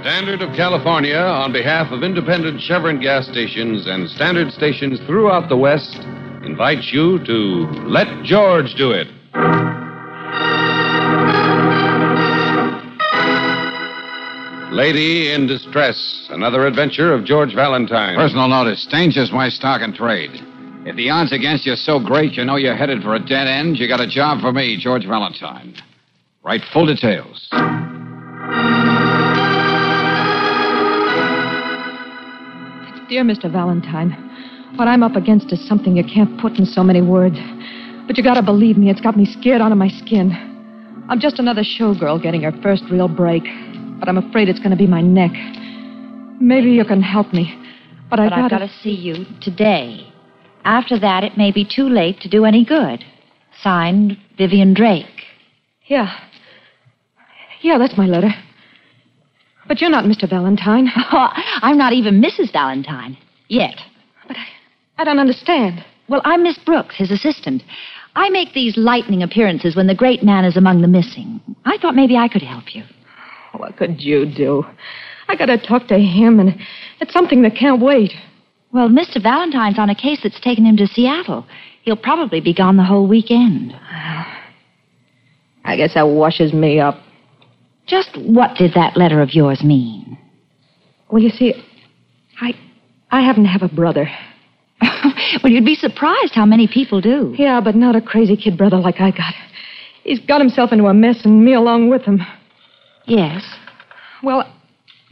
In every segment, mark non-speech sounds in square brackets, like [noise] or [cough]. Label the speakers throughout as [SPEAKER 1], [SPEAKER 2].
[SPEAKER 1] Standard of California, on behalf of independent Chevron gas stations and standard stations throughout the West, invites you to Let George Do It. Lady in Distress, another adventure of George Valentine.
[SPEAKER 2] Personal notice. Stains just my stock and trade. If the odds against you are so great you know you're headed for a dead end, you got a job for me, George Valentine. Write full details.
[SPEAKER 3] Dear Mr. Valentine, what I'm up against is something you can't put in so many words. But you gotta believe me, it's got me scared out of my skin. I'm just another showgirl getting her first real break, but I'm afraid it's gonna be my neck. Maybe you can help me, but, I
[SPEAKER 4] but I've got to see you today. After that, it may be too late to do any good. Signed, Vivian Drake.
[SPEAKER 3] Yeah. Yeah, that's my letter. But you're not Mr. Valentine.
[SPEAKER 4] [laughs] I'm not even Mrs. Valentine. Yet.
[SPEAKER 3] I don't understand.
[SPEAKER 4] Well, I'm Miss Brooks, his assistant. I make these lightning appearances when the great man is among the missing. I thought maybe I could help you.
[SPEAKER 3] What could you do? I gotta talk to him, and it's something that can't wait.
[SPEAKER 4] Well, Mr. Valentine's on a case that's taken him to Seattle. He'll probably be gone the whole weekend.
[SPEAKER 3] I guess that washes me up.
[SPEAKER 4] Just what did that letter of yours mean?
[SPEAKER 3] Well, you see, I, I happen to have a brother.
[SPEAKER 4] [laughs] well, you'd be surprised how many people do.
[SPEAKER 3] Yeah, but not a crazy kid brother like I got. He's got himself into a mess, and me along with him.
[SPEAKER 4] Yes.
[SPEAKER 3] Well,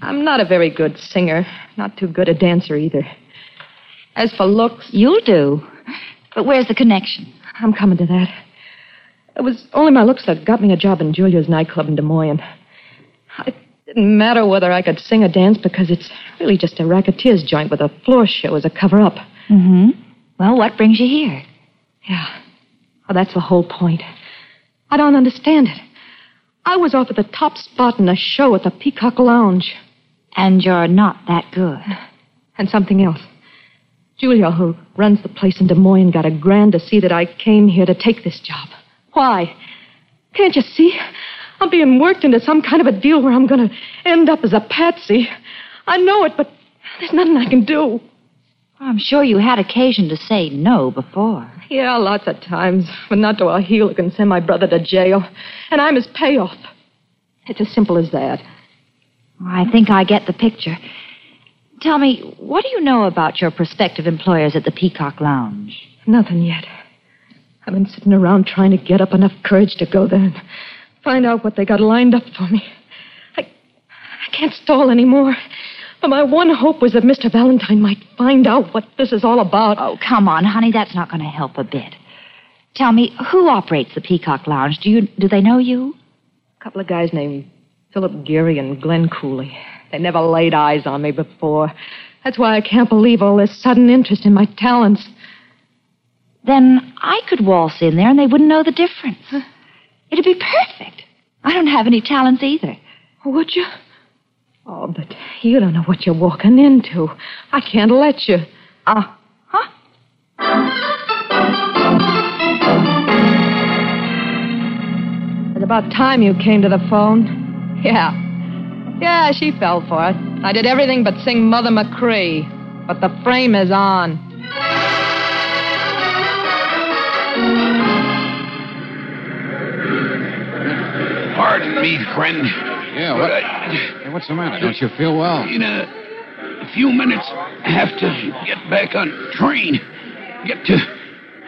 [SPEAKER 3] I'm not a very good singer, not too good a dancer either. As for looks,
[SPEAKER 4] You'll do. But where's the connection?
[SPEAKER 3] I'm coming to that. It was only my looks that got me a job in Julia's nightclub in Des Moines. It didn't matter whether I could sing or dance because it's really just a racketeer's joint with a floor show as a cover up.
[SPEAKER 4] Mm hmm. Well, what brings you here?
[SPEAKER 3] Yeah. Well, that's the whole point. I don't understand it. I was offered the top spot in a show at the Peacock Lounge.
[SPEAKER 4] And you're not that good.
[SPEAKER 3] [sighs] And something else. Julia, who runs the place in Des Moines, got a grand to see that I came here to take this job. Why? Can't you see? I'm being worked into some kind of a deal where I'm going to end up as a patsy. I know it, but there's nothing I can do.
[SPEAKER 4] Well, I'm sure you had occasion to say no before.
[SPEAKER 3] Yeah, lots of times, but not to a heel who can send my brother to jail. And I'm his payoff. It's as simple as that.
[SPEAKER 4] Well, I think I get the picture. Tell me, what do you know about your prospective employers at the Peacock Lounge?
[SPEAKER 3] Nothing yet. I've been sitting around trying to get up enough courage to go there and find out what they got lined up for me. I, I can't stall anymore. But my one hope was that Mr. Valentine might find out what this is all about.
[SPEAKER 4] Oh, come on, honey, that's not going to help a bit. Tell me, who operates the Peacock Lounge? Do you do they know you?
[SPEAKER 3] A couple of guys named Philip Geary and Glenn Cooley. They never laid eyes on me before. That's why I can't believe all this sudden interest in my talents.
[SPEAKER 4] Then I could waltz in there and they wouldn't know the difference. It'd be perfect. I don't have any talents either.
[SPEAKER 3] Would you? Oh, but you don't know what you're walking into. I can't let you.
[SPEAKER 4] Ah,
[SPEAKER 3] Uh-huh.
[SPEAKER 4] huh?
[SPEAKER 3] It's about time you came to the phone. Yeah. Yeah, she fell for it. I did everything but sing Mother McCree. But the frame is on.
[SPEAKER 5] Pardon me, friend.
[SPEAKER 2] Yeah, what-
[SPEAKER 5] But I,
[SPEAKER 2] Hey, what's the matter? Don't you feel well?
[SPEAKER 5] in a few minutes, I have to get back on train. Get to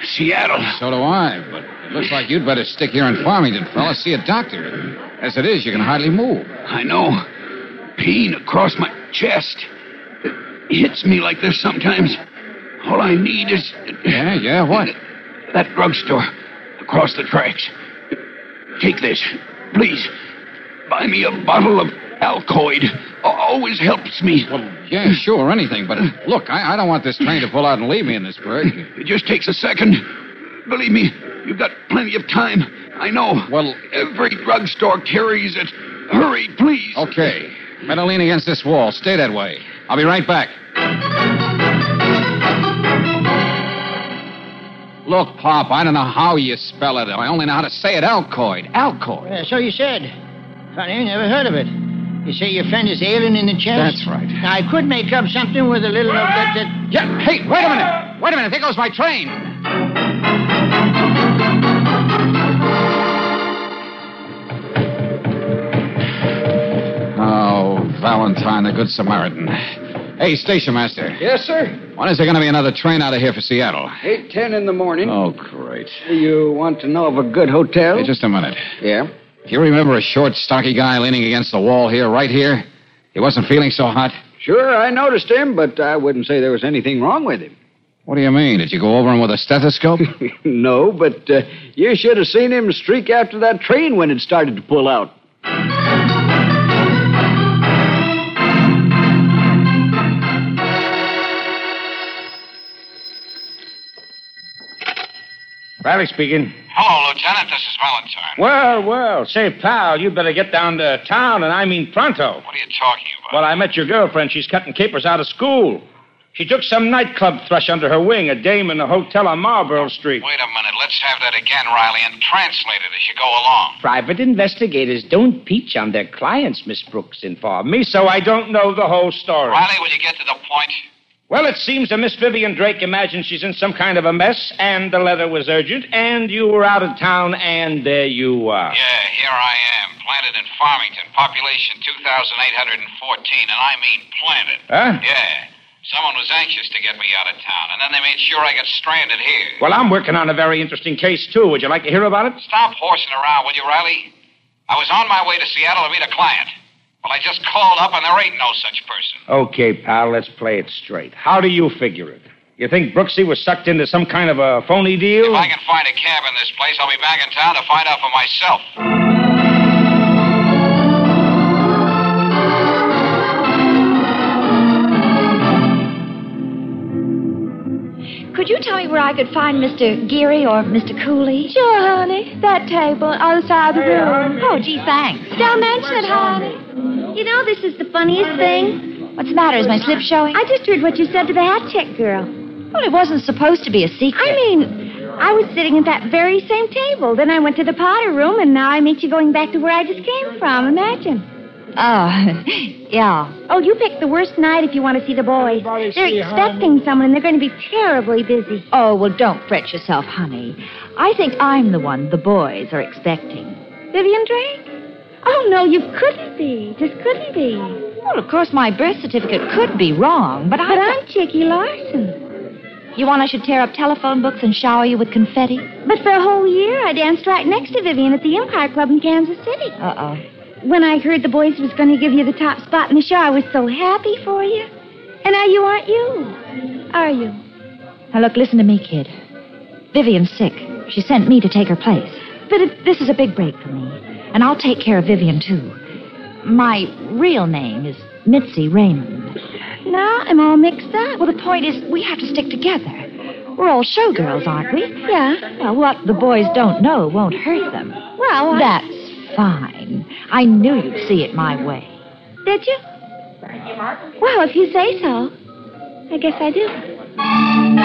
[SPEAKER 5] Seattle.
[SPEAKER 2] So do I, but it looks like you'd better stick here in Farmington, fella. See a doctor. As it is, you can hardly move.
[SPEAKER 5] I know. Pain across my chest. It hits me like this sometimes. All I need is.
[SPEAKER 2] Yeah, yeah, what?
[SPEAKER 5] That drugstore across the tracks. Take this, please. Buy me a bottle of Alcoid. A- Always helps me.
[SPEAKER 2] Yeah, sure, anything, but look, I, I don't want this train to pull out and leave me in this burg.
[SPEAKER 5] It just takes a second. Believe me, you've got plenty of time. I know.
[SPEAKER 2] Well-
[SPEAKER 5] every drugstore carries it. Hurry, please.
[SPEAKER 2] Okay. Better lean against this wall. Stay that way. I'll be right back. Look, Pop, I don't know how you spell it. I only know how to say it. Alcoid. Alcoid.
[SPEAKER 6] Uh, so you said. Funny, never heard of it. You say your friend is ailing in the chest?
[SPEAKER 2] That's right.
[SPEAKER 6] Now, I could make up something with a little of that. that-
[SPEAKER 2] Yeah, hey, wait a minute. Wait a minute. There goes my train. Oh, Valentine, the Good Samaritan. Hey, station master.
[SPEAKER 7] Yes, sir.
[SPEAKER 2] When is there going to be another train out of here for Seattle?
[SPEAKER 7] Eight ten in the morning.
[SPEAKER 2] Oh, great.
[SPEAKER 7] You want to know of a good hotel?
[SPEAKER 2] Hey, just a minute.
[SPEAKER 7] Yeah.
[SPEAKER 2] Do you remember a short, stocky guy leaning against the wall here, right here? He wasn't feeling so hot.
[SPEAKER 7] Sure, I noticed him, but I wouldn't say there was anything wrong with him. [laughs]
[SPEAKER 2] What do you mean? Did you go over him with
[SPEAKER 6] [laughs]
[SPEAKER 2] a stethoscope?
[SPEAKER 7] no, but uh, you should have seen him streak after that train when it started to pull out.
[SPEAKER 6] Riley speaking.
[SPEAKER 2] Hello, Oh, Lieutenant. This is Valentine.
[SPEAKER 6] Well, well. Say, pal, you better get down to town, and I mean pronto.
[SPEAKER 2] What are you talking
[SPEAKER 6] Well, I met your girlfriend. She's cutting capers out of school. She took some nightclub thrush under her wing, a dame in a hotel on Marlborough Street.
[SPEAKER 2] Wait a minute. Let's have that again, Riley, and translate it as you go along.
[SPEAKER 6] Private investigators don't peach on their clients, Miss Brooks informed me, so I don't know the whole story.
[SPEAKER 2] Riley, will you get to the point?
[SPEAKER 6] Well, it seems that Miss Vivian Drake imagines she's in some kind of a mess, and the letter was urgent, and you were out of town, and there you are.
[SPEAKER 2] Yeah, here I am, planted in Farmington, population 2,814, and I mean planted.
[SPEAKER 6] Huh?
[SPEAKER 2] Yeah. Someone was anxious to get me out of town, and then they made sure I got stranded here.
[SPEAKER 6] Well, I'm working on a very interesting case, too. Would you like to hear about it?
[SPEAKER 2] Stop horsing around, will you, Riley? I was on my way to Seattle to meet a client. Well, I just called up, and there ain't no such person.
[SPEAKER 6] Okay, pal, let's play it straight. How do you figure it? You think Brooksy was sucked into some kind of a phony deal?
[SPEAKER 2] If I can find a cab in this place, I'll be back in town to find out for myself.
[SPEAKER 4] Could you tell me where I could find Mr. Geary or Mr. Cooley? Sure, honey. That table on the side of the room. Oh, gee, thanks. Don't mention it, honey. You know, this is the funniest thing. What's the matter? Is my slip showing? I just heard what you said to the hat check girl. Well, it wasn't supposed to be a secret.
[SPEAKER 8] I mean, I was sitting at that very same table. Then I went to the Potter room,
[SPEAKER 4] [laughs]
[SPEAKER 8] and now I meet you going back to where I just came from. Imagine.
[SPEAKER 4] Oh, [laughs] yeah.
[SPEAKER 8] Oh, you picked the worst night if you want to see the boys. They're expecting someone, and they're going to be terribly busy.
[SPEAKER 4] Oh, well, don't fret yourself, honey. I think I'm the one the boys are expecting.
[SPEAKER 8] Vivian Drake? Oh, no, you couldn't be. Just couldn't be.
[SPEAKER 4] Well, of course, my birth certificate could be wrong, but I.
[SPEAKER 8] But I'm Chicky Larson.
[SPEAKER 4] You want I should tear up telephone books and shower you with confetti?
[SPEAKER 8] But for a whole year, I danced right next to Vivian at the Empire Club in Kansas City.
[SPEAKER 4] Uh oh.
[SPEAKER 8] When I heard the boys was going to give you the top spot in the show, I was so happy for you. And now you aren't you, are you?
[SPEAKER 4] Now, look, listen to me, kid. Vivian's sick. She sent me to take her place. But it, this is a big break for me, and I'll take care of Vivian, too. My real name is Mitzi Raymond.
[SPEAKER 8] Now I'm all mixed up.
[SPEAKER 4] Well, the point is, we have to stick together. We're all showgirls, aren't we?
[SPEAKER 8] Yeah.
[SPEAKER 4] Well, what the boys don't know won't hurt them.
[SPEAKER 8] Well, I-
[SPEAKER 4] That's fine. I knew you'd see it my way.
[SPEAKER 8] Did you? Well, if you say so. I guess I do.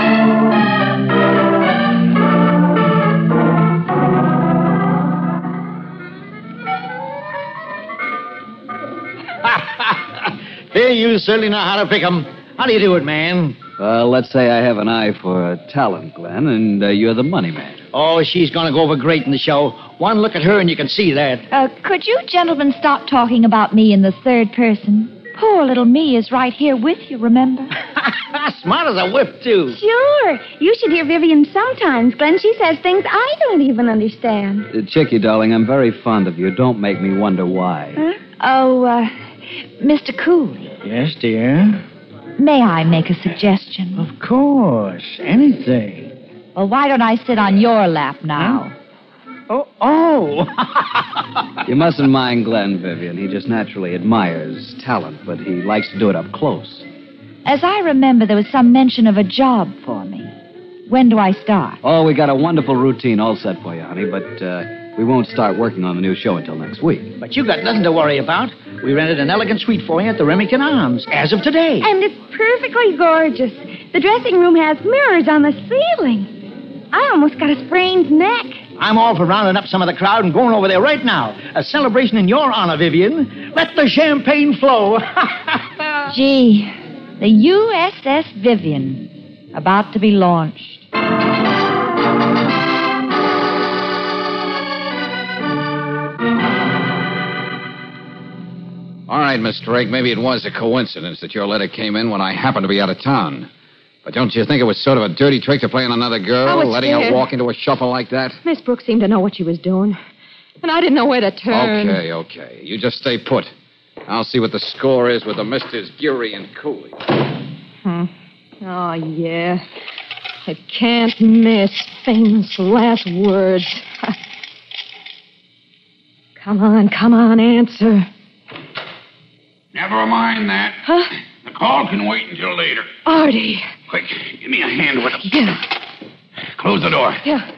[SPEAKER 6] Here, you certainly know how to pick 'em. How do you do it, man?
[SPEAKER 7] Well, let's say I have an eye for a talent, Glenn, and uh, you're the money man.
[SPEAKER 6] Oh, she's going to go over great in the show. One look at her and you can see that.
[SPEAKER 4] Uh, could you gentlemen stop talking about me in the third person? Poor little me is right here with you, remember?
[SPEAKER 6] Ah, Smart as a whip, too.
[SPEAKER 8] [laughs] Sure. You should hear Vivian sometimes, Glenn. She says things I don't even understand.
[SPEAKER 7] Uh, Chicky, darling, I'm very fond of you. Don't make me wonder why.
[SPEAKER 4] Oh, uh, Mr. Cooley,
[SPEAKER 6] Yes, dear.
[SPEAKER 4] may I make a suggestion?
[SPEAKER 6] Of course. Anything.
[SPEAKER 4] Well, why don't I sit on your lap now?
[SPEAKER 6] Oh, oh.
[SPEAKER 7] You mustn't mind Glenn, Vivian. He just naturally admires talent, but he likes to do it up close.
[SPEAKER 4] As I remember, there was some mention of a job for me. When do I start?
[SPEAKER 7] Oh, we got a wonderful routine all set for you, honey, but uh, we won't start working on the new show until next week.
[SPEAKER 6] but you got nothing to worry about. We rented an elegant suite for you at the Remington Arms as of today.
[SPEAKER 8] And it's perfectly gorgeous. The dressing room has mirrors on the ceiling. I almost got a sprained neck.
[SPEAKER 6] I'm all for rounding up some of the crowd and going over there right now. A celebration in your honor, Vivian.
[SPEAKER 9] Let the champagne
[SPEAKER 6] [laughs]
[SPEAKER 9] flow.
[SPEAKER 10] Uh.
[SPEAKER 4] Gee, the USS Vivian, about to be launched.
[SPEAKER 2] All right, Miss Drake, maybe it was a coincidence that your letter came in when I happened to be out of town. But don't you think it was sort of a dirty trick to play on another
[SPEAKER 3] I
[SPEAKER 2] girl,
[SPEAKER 3] was
[SPEAKER 2] letting
[SPEAKER 3] scared.
[SPEAKER 2] her walk into a shuffle like that?
[SPEAKER 3] Miss Brooks seemed to know what she was doing, and I didn't know where to turn.
[SPEAKER 2] Okay, okay. You just stay put. I'll see what the score is with the Misters Geary and Cooley.
[SPEAKER 3] Hmm. Oh, yeah. It can't miss. Famous last words. [laughs] come on, come on, answer.
[SPEAKER 5] Never mind that.
[SPEAKER 3] Huh?
[SPEAKER 5] The call can wait until later.
[SPEAKER 3] Artie.
[SPEAKER 5] Quick, give me a hand with it.
[SPEAKER 3] Yeah,
[SPEAKER 5] Close the door.
[SPEAKER 3] yeah.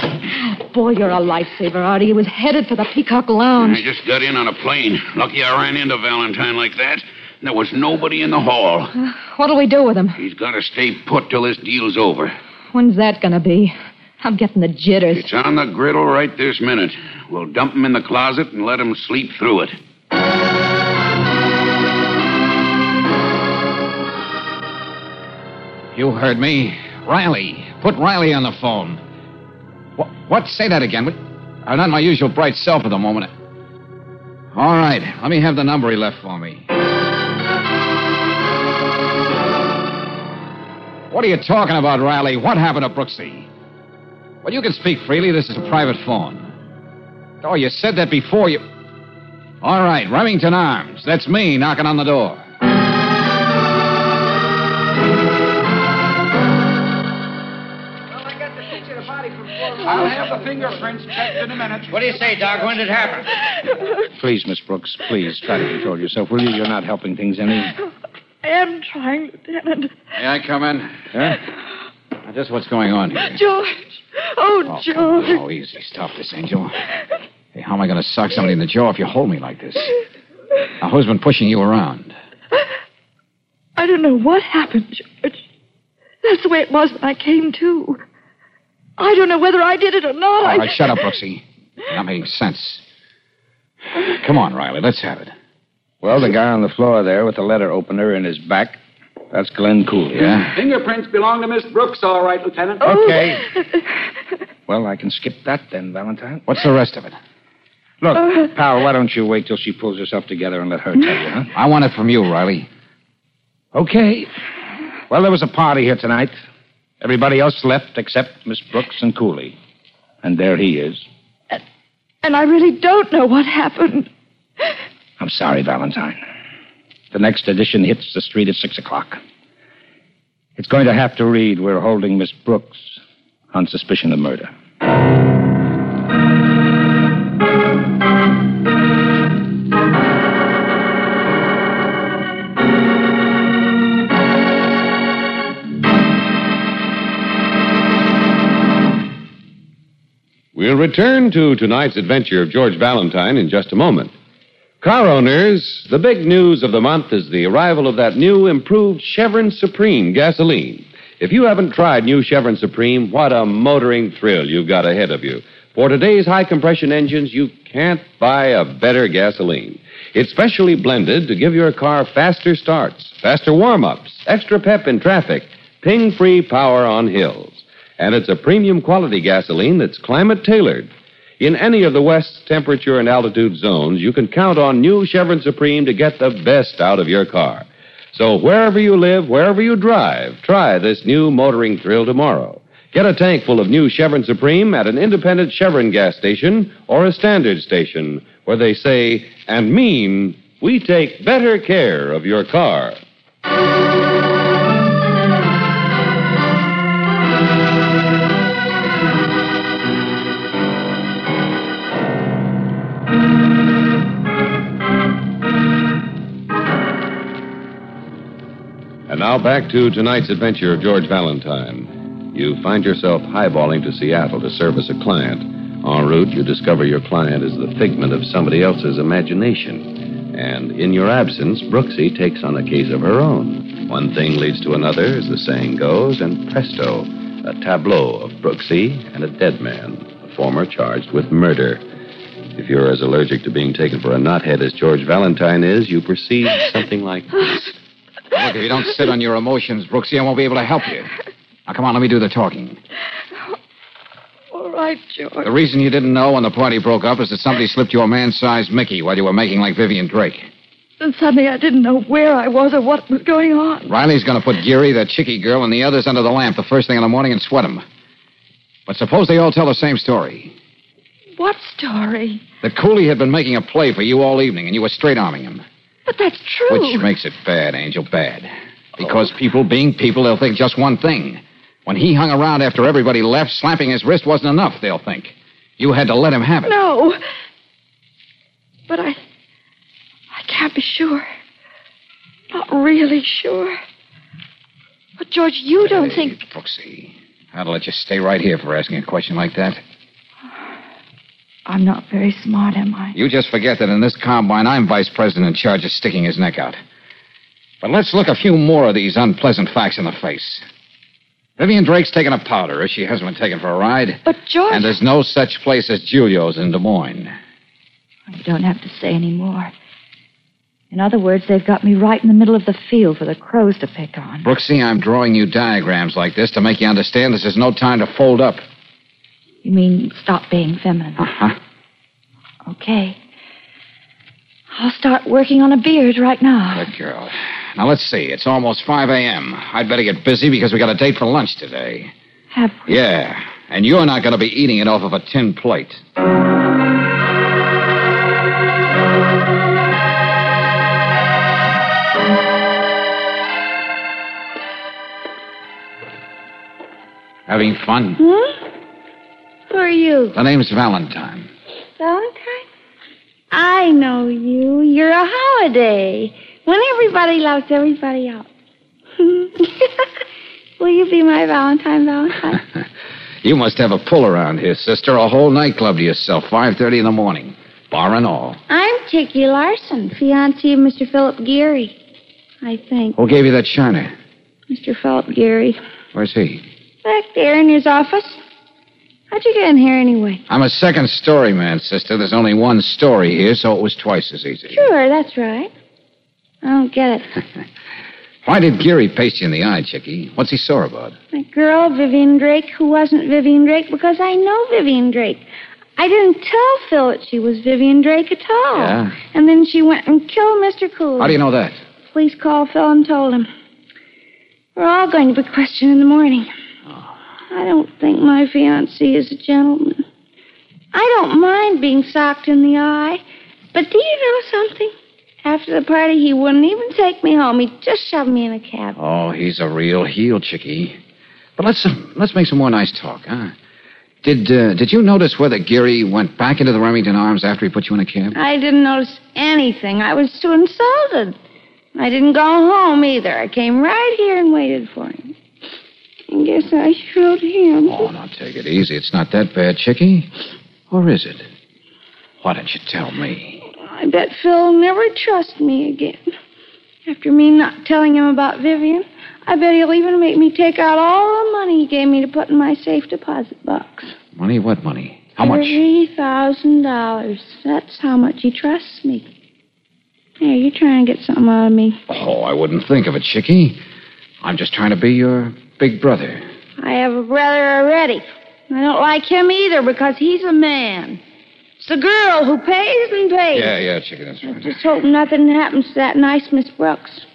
[SPEAKER 3] Oh, boy, you're a lifesaver, Artie. It was headed for the Peacock Lounge.
[SPEAKER 5] I just got in on a plane. Lucky I ran into Valentine like that. There was nobody in the hall.
[SPEAKER 3] Uh, what'll we do with him?
[SPEAKER 5] He's got to stay put till this deal's over.
[SPEAKER 3] When's that gonna be? I'm getting the jitters.
[SPEAKER 5] It's on the griddle right this minute. We'll dump him in the closet and let him sleep through it.
[SPEAKER 2] You heard me. Riley. Put Riley on the phone. What? what? Say that again. What? I'm not my usual bright self at the moment. All right. Let me have the number he left for me. What are you talking about, Riley? What happened to Brooksy? Well, you can speak freely. This is a private phone. Oh, you said that before you. All right, Remington Arms. That's me knocking on the door.
[SPEAKER 11] I'll have the fingerprints checked in a minute.
[SPEAKER 12] What do you say, Doc? When did it happen?
[SPEAKER 6] Please, Miss Brooks, please try to control yourself, will you? You're not helping things any.
[SPEAKER 8] [laughs] I am trying, Lieutenant.
[SPEAKER 2] May I come in? Huh? Now, just what's going on here?
[SPEAKER 8] George. Oh, George.
[SPEAKER 2] Oh, easy. Stop this, Angel. Hey, how am I going to sock somebody in the jaw if you hold me like this? Now, who's been pushing you around?
[SPEAKER 8] I don't know what happened, George. That's the way it was when I came to. I don't know whether I did it or not. I-
[SPEAKER 2] All right, shut up, Brooksy. You're not making sense. Come on, Riley, let's have it.
[SPEAKER 6] Well, the guy on the floor there with the letter opener in his back, that's Glenn Cooley, yeah?
[SPEAKER 11] Fingerprints belong to Miss Brooks, all right, Lieutenant.
[SPEAKER 6] Okay. Well, I can skip that then, Valentine. What's the rest of it? Look, pal, why don't you wait till she pulls herself together and let
[SPEAKER 2] [laughs]
[SPEAKER 6] her tell you, huh? I want it from you, Riley. Okay. Well, there was a party here tonight. Everybody else left except Miss Brooks and Cooley. And there he is.
[SPEAKER 8] And I really don't know what happened.
[SPEAKER 6] I'm sorry, Valentine. The next edition hits the street at six o'clock. It's going to have to read We're holding Miss Brooks on suspicion of murder.
[SPEAKER 1] We'll return to tonight's adventure of George Valentine in just a moment. Car owners, the big news of the month is the arrival of that new improved Chevron Supreme gasoline. If you haven't tried new Chevron Supreme, what a motoring thrill you've got ahead of you. For today's high compression engines, you can't buy a better gasoline. It's specially blended to give your car faster starts, faster warm ups, extra pep in traffic, ping free power on hills and it's a premium quality gasoline that's climate tailored. In any of the West's temperature and altitude zones, you can count on new Chevron Supreme to get the best out of your car. So wherever you live, wherever you drive, try this new motoring thrill tomorrow. Get a tank full of new Chevron Supreme at an independent Chevron gas station or a standard station where they say and mean we take better care of your car. And now back to tonight's adventure of George Valentine. You find yourself highballing to Seattle to service a client. En route, you discover your client is the figment of somebody else's imagination. And in your absence, Brooksy takes on a case of her own. One thing leads to another, as the saying goes, and presto, a tableau of Brooksy and a dead man, the former charged with murder. If you're as allergic to being taken for a knothead as George Valentine is, you perceive something like
[SPEAKER 2] [sighs]
[SPEAKER 1] this.
[SPEAKER 2] Look, if you don't sit on your emotions, Brooksy, I won't be able to help you. Now, come on, let me do the talking.
[SPEAKER 13] All right, George.
[SPEAKER 2] The reason you didn't know when the party broke up is that somebody slipped you a man sized Mickey while you were making like Vivian Drake.
[SPEAKER 13] Then suddenly I didn't know where I was or what was going on.
[SPEAKER 2] Riley's going to put Geary, the chicky girl, and the others under the lamp the first thing in the morning and sweat 'em. But suppose they all tell the same story
[SPEAKER 13] What story?
[SPEAKER 2] that Cooley had been making a play for you all evening and you were straight arming him.
[SPEAKER 13] But that's true.
[SPEAKER 2] Which makes it bad, Angel, bad. Because people being people, they'll think just one thing. When he hung around after everybody left, slapping his wrist wasn't enough, they'll think. You had to let him have it.
[SPEAKER 13] No. But I. I can't be sure. Not really sure. But, George, you don't think.
[SPEAKER 2] Brooksy, I'd let you stay right here for asking a question like that.
[SPEAKER 13] I'm not very smart, am I?
[SPEAKER 2] You just forget that in this combine, I'm vice president in charge of sticking his neck out. But let's look a few more of these unpleasant facts in the face. Vivian Drake's taken a powder if she hasn't been taken for a ride.
[SPEAKER 13] But, George.
[SPEAKER 2] And there's no such place as Julio's in Des Moines.
[SPEAKER 10] You don't have to say any more. In other words, they've got me right in the middle of the field for the crows to pick on.
[SPEAKER 2] Brooksy, I'm drawing you diagrams like this to make you understand this is no time to fold up.
[SPEAKER 10] You mean stop being feminine?
[SPEAKER 2] Uh-huh.
[SPEAKER 10] Okay. I'll start working on a beard right now.
[SPEAKER 2] Good girl. Now let's see. It's almost 5 a.m. I'd better get busy because we got a date for lunch today.
[SPEAKER 10] Have
[SPEAKER 2] Yeah. And you're not going to be eating it off of a tin plate. Having fun?
[SPEAKER 8] Hmm? Who are you?
[SPEAKER 2] The name's Valentine.
[SPEAKER 8] Valentine? I know you. You're a holiday. When everybody loves everybody else. [laughs] Will you be my Valentine, Valentine?
[SPEAKER 2] You must have a pull around here, sister. A whole nightclub to yourself, 5.30 in the morning. Bar and all.
[SPEAKER 8] I'm Chicky Larson, fiancée of Mr. Philip Geary. I think.
[SPEAKER 2] Who gave you that shiner?
[SPEAKER 8] Mr. Philip Geary.
[SPEAKER 2] Where's he?
[SPEAKER 8] Back there in his office. How'd you get in here anyway?
[SPEAKER 2] I'm a second story man, sister. There's only one story here, so it was twice as easy.
[SPEAKER 8] Sure, that's right. I don't get it.
[SPEAKER 2] Why did Geary paste you in the eye, Chicky? What's he sore about?
[SPEAKER 8] That girl, Vivian Drake, who wasn't Vivian Drake because I know Vivian Drake. I didn't tell Phil that she was Vivian Drake at all.
[SPEAKER 2] Yeah?
[SPEAKER 8] And then she went and killed Mr. Cooley.
[SPEAKER 2] How do you know that?
[SPEAKER 8] Police called Phil and told him. We're all going to be questioned in the morning. I don't think my fiancé is a gentleman. I don't mind being socked in the eye, but do you know something? After the party, he wouldn't even take me home. He just shoved me in a cab.
[SPEAKER 2] Oh, he's a real heel, Chicky. But let's um, let's make some more nice talk, huh? Did uh, did you notice whether Geary went back into the Remington Arms after he put you in a cab?
[SPEAKER 8] I didn't notice anything. I was too insulted. I didn't go home either. I came right here and waited for him. I guess I showed him.
[SPEAKER 2] Oh, no, Take it easy. It's not that bad, Chicky. Or is it? Why don't you tell me?
[SPEAKER 8] I bet Phil will never trust me again. After me not telling him about Vivian, I bet he'll even make me take out all the money he gave me to put in my safe deposit box.
[SPEAKER 2] Money? What money? How much?
[SPEAKER 8] Three thousand dollars. That's how much he trusts me. Here, you're trying to get something out of me.
[SPEAKER 2] Oh, I wouldn't think of it, Chicky. I'm just trying to be your big brother.
[SPEAKER 8] I have a brother already. I don't like him either because he's a man. It's the girl who pays and pays.
[SPEAKER 2] Yeah, yeah, Chicky, that's right.
[SPEAKER 8] Just hope nothing happens to that nice Miss Brooks.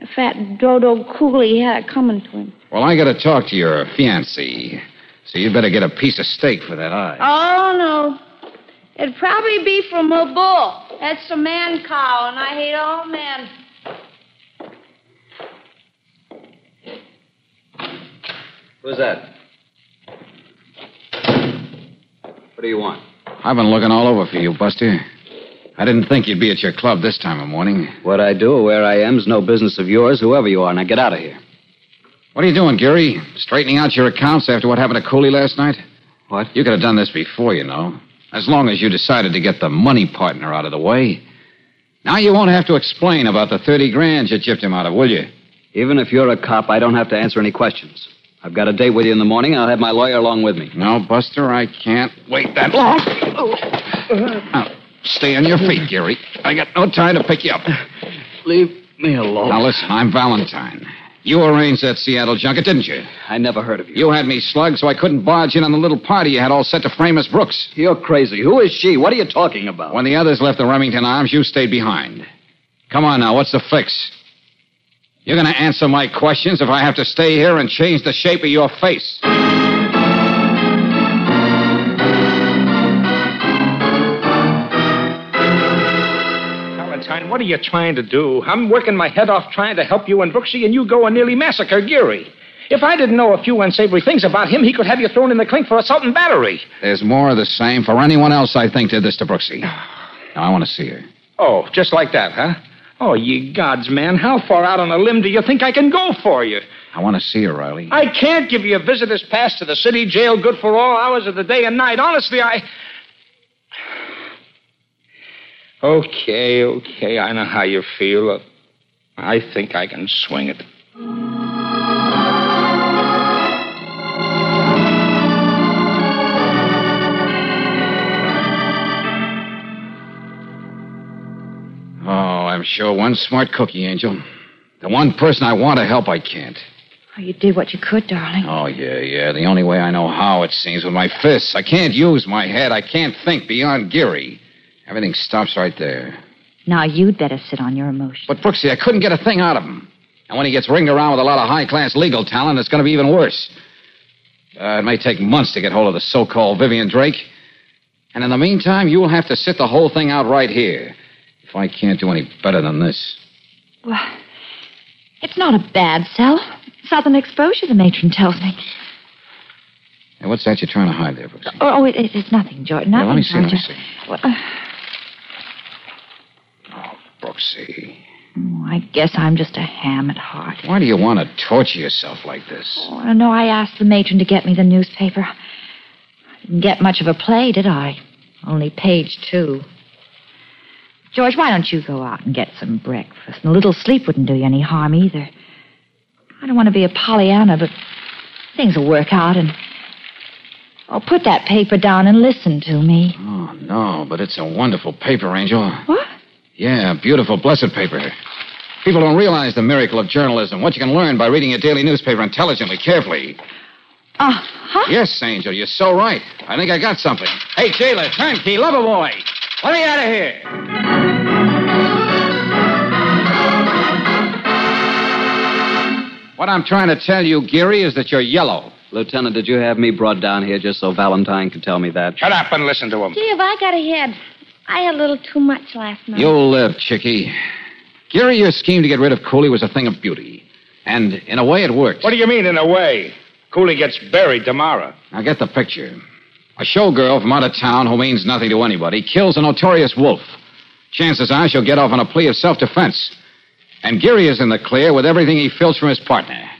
[SPEAKER 8] That fat dodo coolie had it coming to him.
[SPEAKER 2] Well, I gotta talk to your fiancée. So you'd better get a piece of steak for that eye.
[SPEAKER 8] Oh, no. It'd probably be from a bull. That's a man cow, and I hate all men.
[SPEAKER 1] Who's that? What do you want?
[SPEAKER 2] I've been looking all over for you, Buster. I didn't think you'd be at your club this time of morning.
[SPEAKER 7] What I do or where I am's no business of yours, whoever you are. Now get out of here.
[SPEAKER 2] What are you doing, Gary? Straightening out your accounts after what happened to Cooley last night? What? You could have done this before, you know. As long as you decided to get the money partner out of the way. Now you won't have to explain about the 30 grand you chipped him out of, will you?
[SPEAKER 7] Even if you're a cop, I don't have to answer any questions. I've got a date with you in the morning. I'll have my lawyer along with me.
[SPEAKER 2] No, Buster, I can't wait that long. Now, stay on your feet, Gary. I got no time to pick you up.
[SPEAKER 7] Leave me alone.
[SPEAKER 2] Now, listen, I'm Valentine. You arranged that Seattle junket, didn't you?
[SPEAKER 7] I never heard of you.
[SPEAKER 2] You had me slugged, so I couldn't barge in on the little party you had all set to frame Miss Brooks.
[SPEAKER 7] You're crazy. Who is she? What are you talking about?
[SPEAKER 2] When the others left the Remington Arms, you stayed behind. Come on now, what's the fix? You're going to answer my questions if I have to stay here and change the shape of your face.
[SPEAKER 6] Valentine, what are you trying to do? I'm working my head off trying to help you and Brooksy, and you go and nearly massacre Geary. If I didn't know a few unsavory things about him, he could have you thrown in the clink for assault and battery.
[SPEAKER 2] There's more of the same for anyone else I think did this to Brooksy. Now, I want to see her.
[SPEAKER 6] Oh, just like that, huh? Oh, ye gods, man, how far out on a limb do you think I can go for you?
[SPEAKER 2] I want to see her, Riley.
[SPEAKER 6] I can't give you a visitor's pass to the city jail good for all hours of the day and night. Honestly, I. Okay, okay, I know how you feel. I think I can swing it.
[SPEAKER 2] Oh, I'm sure one smart cookie, Angel. The one person I want to help, I can't.
[SPEAKER 10] Oh, you did what you could, darling.
[SPEAKER 2] Oh, yeah, yeah. The only way I know how, it seems, with my fists. I can't use my head. I can't think beyond Geary. Everything stops right there.
[SPEAKER 10] Now you'd better sit on your emotions.
[SPEAKER 2] But, Brooksy, I couldn't get a thing out of him. And when he gets ringed around with a lot of high class legal talent, it's going to be even worse. Uh, it may take months to get hold of the so called Vivian Drake. And in the meantime, you'll have to sit the whole thing out right here. If I can't do any better than this.
[SPEAKER 10] Well, it's not a bad cell. Southern exposure, the matron tells me.
[SPEAKER 2] Hey, what's that you're trying to hide there, Brooksy?
[SPEAKER 10] Oh, oh it, it- it's nothing, Jordan.
[SPEAKER 2] Yeah, let me
[SPEAKER 10] Nothing,
[SPEAKER 2] see, let me
[SPEAKER 10] Roger. Well, uh,
[SPEAKER 2] Brooksy.
[SPEAKER 10] oh, I guess I'm just a ham at heart.
[SPEAKER 2] Why do you want to torture yourself like this?
[SPEAKER 10] Oh, no, I asked the matron to get me the newspaper. I didn't get much of a play, did I? Only page two. George, why don't you go out and get some breakfast? And a little sleep wouldn't do you any harm either. I don't want to be a Pollyanna, but things will work out and. Oh, put that paper down and listen to me.
[SPEAKER 2] Oh, no, but it's a wonderful paper, Angel.
[SPEAKER 10] What?
[SPEAKER 2] Yeah, beautiful, blessed paper. People don't realize the miracle of journalism, what you can learn by reading a daily newspaper intelligently, carefully.
[SPEAKER 10] Ah,
[SPEAKER 2] Yes, Angel, you're so right. I think I got something. Hey, jailer, turnkey, lover boy. Let me out of here. What I'm trying to tell you, Geary, is that you're yellow.
[SPEAKER 7] Lieutenant, did you have me brought down here just so Valentine could tell me that?
[SPEAKER 6] Shut up and listen to him.
[SPEAKER 8] Gee, have I got a head? I had a little too much last night.
[SPEAKER 2] You'll live, Chicky. Geary, your scheme to get rid of Cooley was a thing of beauty. And in a way, it worked.
[SPEAKER 6] What do you mean, in a way? Cooley gets buried tomorrow.
[SPEAKER 2] Now get the picture. A showgirl from out of town who means nothing to anybody kills a notorious wolf. Chances are she'll get off on a plea of self defense. And Geary is in the clear with everything he filched from his partner.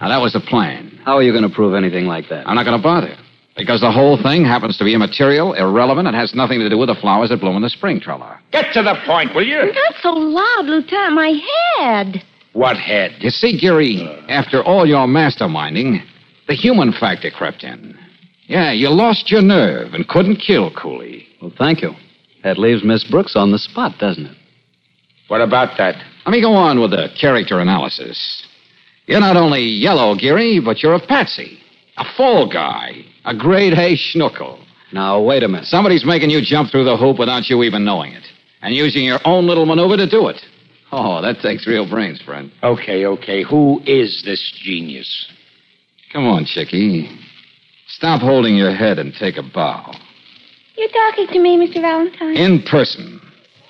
[SPEAKER 2] Now, that was the plan.
[SPEAKER 7] How are you going to prove anything like that?
[SPEAKER 2] I'm not going to bother. Because the whole thing happens to be immaterial, irrelevant, and has nothing to do with the flowers that bloom in the spring, Trella.
[SPEAKER 6] Get to the point, will you?
[SPEAKER 8] Not so loud, Lieutenant. My head.
[SPEAKER 2] What head? You see, Geary, after all your masterminding, the human factor crept in. Yeah, you lost your nerve and couldn't kill Cooley.
[SPEAKER 7] Well, thank you. That leaves Miss Brooks on the spot, doesn't it?
[SPEAKER 6] What about that?
[SPEAKER 2] Let me go on with the character analysis. You're not only yellow, Geary, but you're a patsy, a fall guy, a grade A schnookle.
[SPEAKER 7] Now, wait a minute.
[SPEAKER 2] Somebody's making you jump through the hoop without you even knowing it, and using your own little maneuver to do it. Oh, that takes real brains, friend.
[SPEAKER 6] Okay, okay. Who is this genius?
[SPEAKER 2] Come on, Chicky. Stop holding your head and take a bow.
[SPEAKER 8] You're talking to me, Mr. Valentine.
[SPEAKER 2] In person.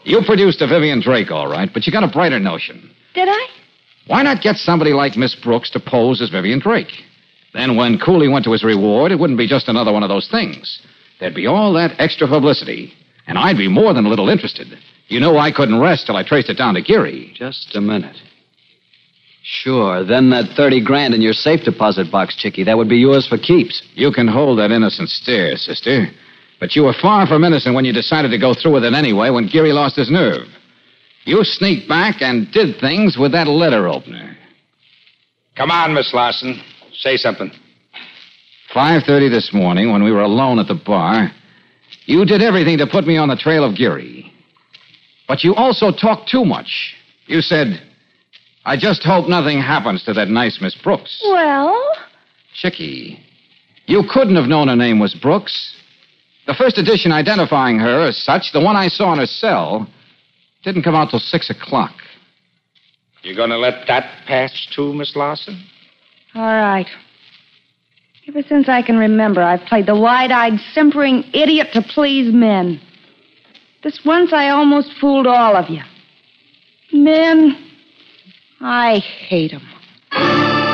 [SPEAKER 2] You produced a Vivian Drake, all right, but you got a brighter notion.
[SPEAKER 8] Did I?
[SPEAKER 2] Why not get somebody like Miss Brooks to pose as Vivian Drake? Then, when Cooley went to his reward, it wouldn't be just another one of those things. There'd be all that extra publicity, and I'd be more than a little interested. You know I couldn't rest till I traced it down to Geary.
[SPEAKER 7] Just a minute. Sure, then that 30 grand in your safe deposit box, Chicky, that would be yours for keeps.
[SPEAKER 2] You can hold that innocent stare, sister. But you were far from innocent when you decided to go through with it anyway when Geary lost his nerve. You sneaked back and did things with that letter opener.
[SPEAKER 6] Come on, Miss Larson. Say something.
[SPEAKER 2] 5.30 this morning, when we were alone at the bar, you did everything to put me on the trail of Geary. But you also talked too much. You said, I just hope nothing happens to that nice Miss Brooks.
[SPEAKER 8] Well?
[SPEAKER 2] Chickie. You couldn't have known her name was Brooks. The first edition identifying her as such, the one I saw in her cell, didn't come out till 6 o'clock.
[SPEAKER 6] You gonna let that pass too, Miss Larson?
[SPEAKER 8] All right. Ever since I can remember, I've played the wide eyed, simpering idiot to please men. This once I almost fooled all of you. Men, I hate 'em.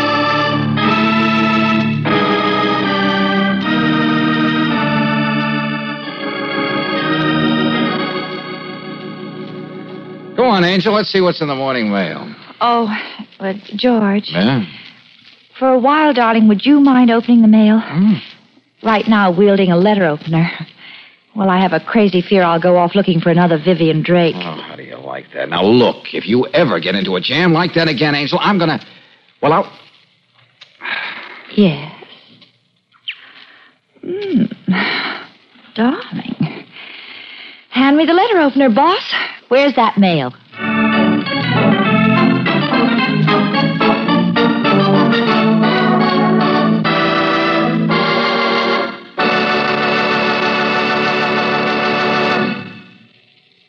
[SPEAKER 2] Go on, Angel. Let's see what's in the morning mail.
[SPEAKER 10] Oh, but George,
[SPEAKER 2] Yeah?
[SPEAKER 10] for a while, darling, would you mind opening the mail?
[SPEAKER 2] Hmm.
[SPEAKER 10] Right now, wielding a letter opener. Well, I have a crazy fear I'll go off looking for another Vivian Drake.
[SPEAKER 2] How do you like that? Now, look, if you ever get into a jam like that again, Angel, I'm going to. Well, I'll.
[SPEAKER 10] Yes. Mm. [sighs] Darling. Hand me the letter opener, boss. Where's that mail?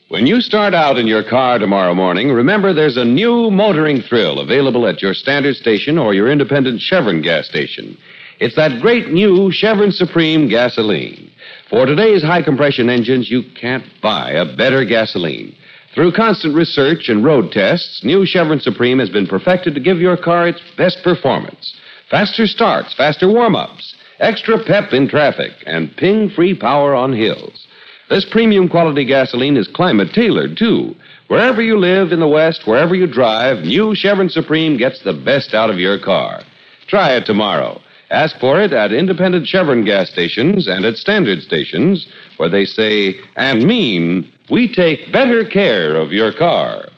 [SPEAKER 1] When you start out in your car tomorrow morning, remember there's a new motoring thrill available at your standard station or your independent Chevron gas station. It's that great new Chevron Supreme gasoline. For today's high compression engines, you can't buy a better gasoline. Through constant research and road tests, new Chevron Supreme has been perfected to give your car its best performance. Faster starts, faster warm ups, extra pep in traffic, and ping free power on hills. This premium quality gasoline is climate tailored, too. Wherever you live in the West, wherever you drive, new Chevron Supreme gets the best out of your car. Try it tomorrow. Ask for it at independent Chevron gas stations and at standard stations, where they say and mean we take better care of your car.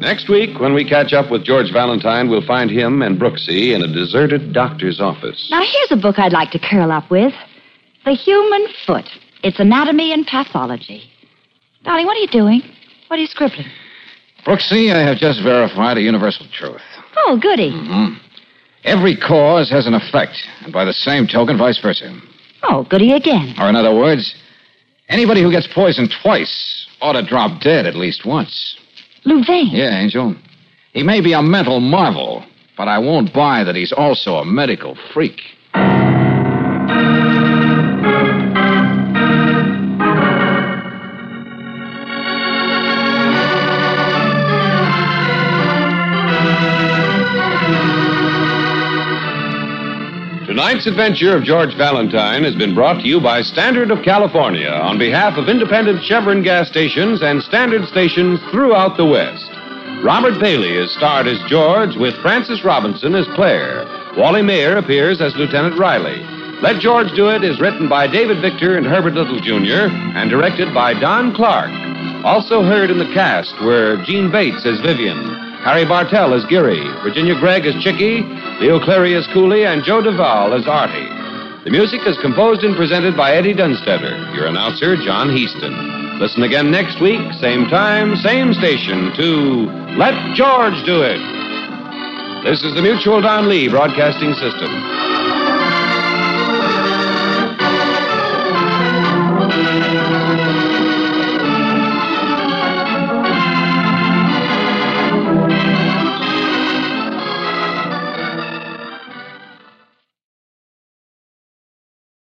[SPEAKER 1] Next week, when we catch up with George Valentine, we'll find him and Brooksy in a deserted doctor's office.
[SPEAKER 10] Now, here's a book I'd like to curl up with The Human Foot. It's Anatomy and Pathology. Darling, what are you doing? What are you scribbling?
[SPEAKER 2] Brooksy, I have just verified a universal truth.
[SPEAKER 10] Oh, goody.
[SPEAKER 2] hmm Every cause has an effect, and by the same token, vice versa.
[SPEAKER 10] Oh, goody again.
[SPEAKER 2] Or, in other words, anybody who gets poisoned twice ought to drop dead at least once.
[SPEAKER 10] Louvain.
[SPEAKER 2] Yeah, Angel. He may be a mental marvel, but I won't buy that he's also a medical freak.
[SPEAKER 1] Tonight's adventure of George Valentine has been brought to you by Standard of California on behalf of independent Chevron gas stations and Standard stations throughout the West. Robert Bailey is starred as George with Francis Robinson as Claire. Wally Mayer appears as Lieutenant Riley. Let George Do It is written by David Victor and Herbert Little Jr. and directed by Don Clark. Also heard in the cast were Gene Bates as Vivian, Harry Bartell as Geary, Virginia Gregg as Chickie, Leo Clary as Cooley, and Joe Duvall as Artie. The music is composed and presented by Eddie Dunstetter, your announcer, John Heaston. Listen again next week, same time, same station, to Let George Do It. This is the Mutual Don Lee Broadcasting System.